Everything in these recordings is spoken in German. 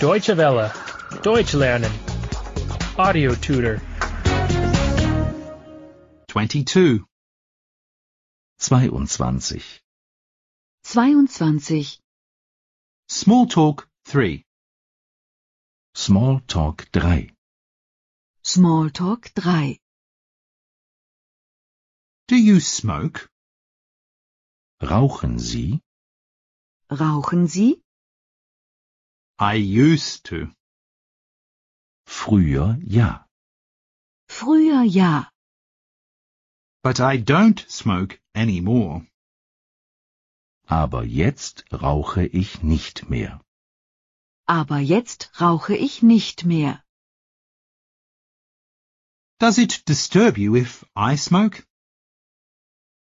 Deutsche Welle. Deutsch lernen. Audio tutor. 22. 22. 22. Small talk 3. Small talk 3. Smalltalk 3. Do you smoke? Rauchen Sie? Rauchen Sie? I used to. Früher ja. Früher ja, But I don't smoke anymore. Aber jetzt rauche ich nicht mehr. aber jetzt rauche ich nicht mehr. Does it disturb you if I smoke?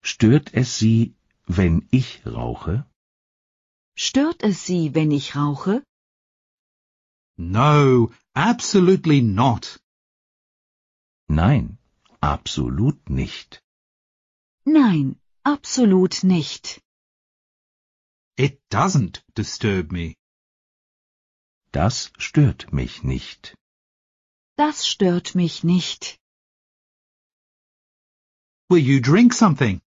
Stört es Sie, wenn ich rauche? Stört es Sie, wenn ich rauche? No, absolutely not. Nein, absolut nicht. Nein, absolut nicht. It doesn't disturb me. Das stört mich nicht. Das stört mich nicht. Will you drink something?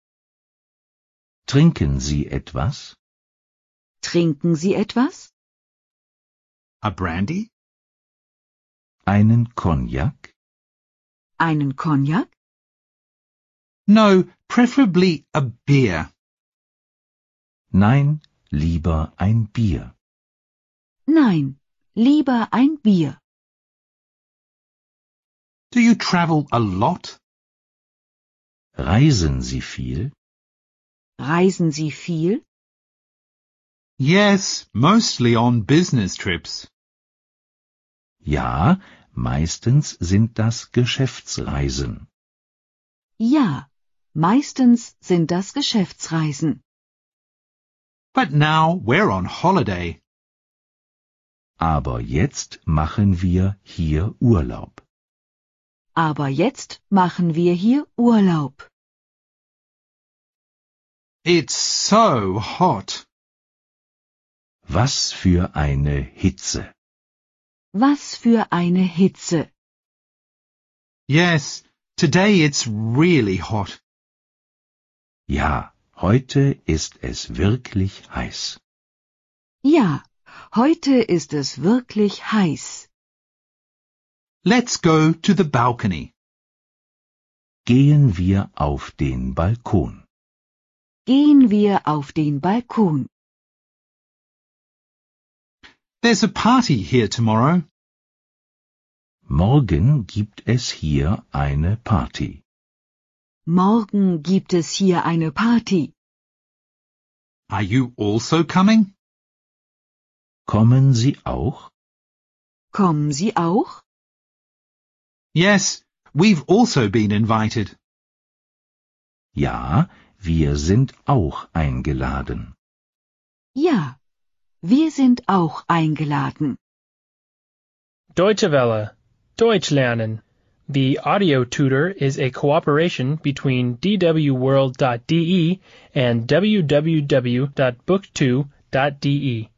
Trinken Sie etwas? Trinken Sie etwas? A brandy? Einen Cognac? Einen Cognac? No, preferably a beer. Nein, lieber ein Bier. Nein, lieber ein Bier. Do you travel a lot? Reisen Sie viel? Reisen Sie viel? Yes, mostly on business trips. Ja, meistens sind das Geschäftsreisen. Ja, meistens sind das Geschäftsreisen. But now we're on holiday. Aber jetzt machen wir hier Urlaub. Aber jetzt machen wir hier Urlaub. It's so hot. Was für eine Hitze. Was für eine Hitze. Yes, today it's really hot. Ja, heute ist es wirklich heiß. Ja, heute ist es wirklich heiß. Let's go to the balcony. Gehen wir auf den Balkon. Gehen wir auf den Balkon. There's a party here tomorrow. Morgen gibt es hier eine Party. Morgen gibt es hier eine Party. Are you also coming? Kommen Sie auch? Kommen Sie auch? Yes, we've also been invited. Ja, wir sind auch eingeladen. Ja, wir sind auch eingeladen. Deutsche Welle. Deutsch lernen. The audio tutor is a cooperation between E dwworld.de and www.book2.de.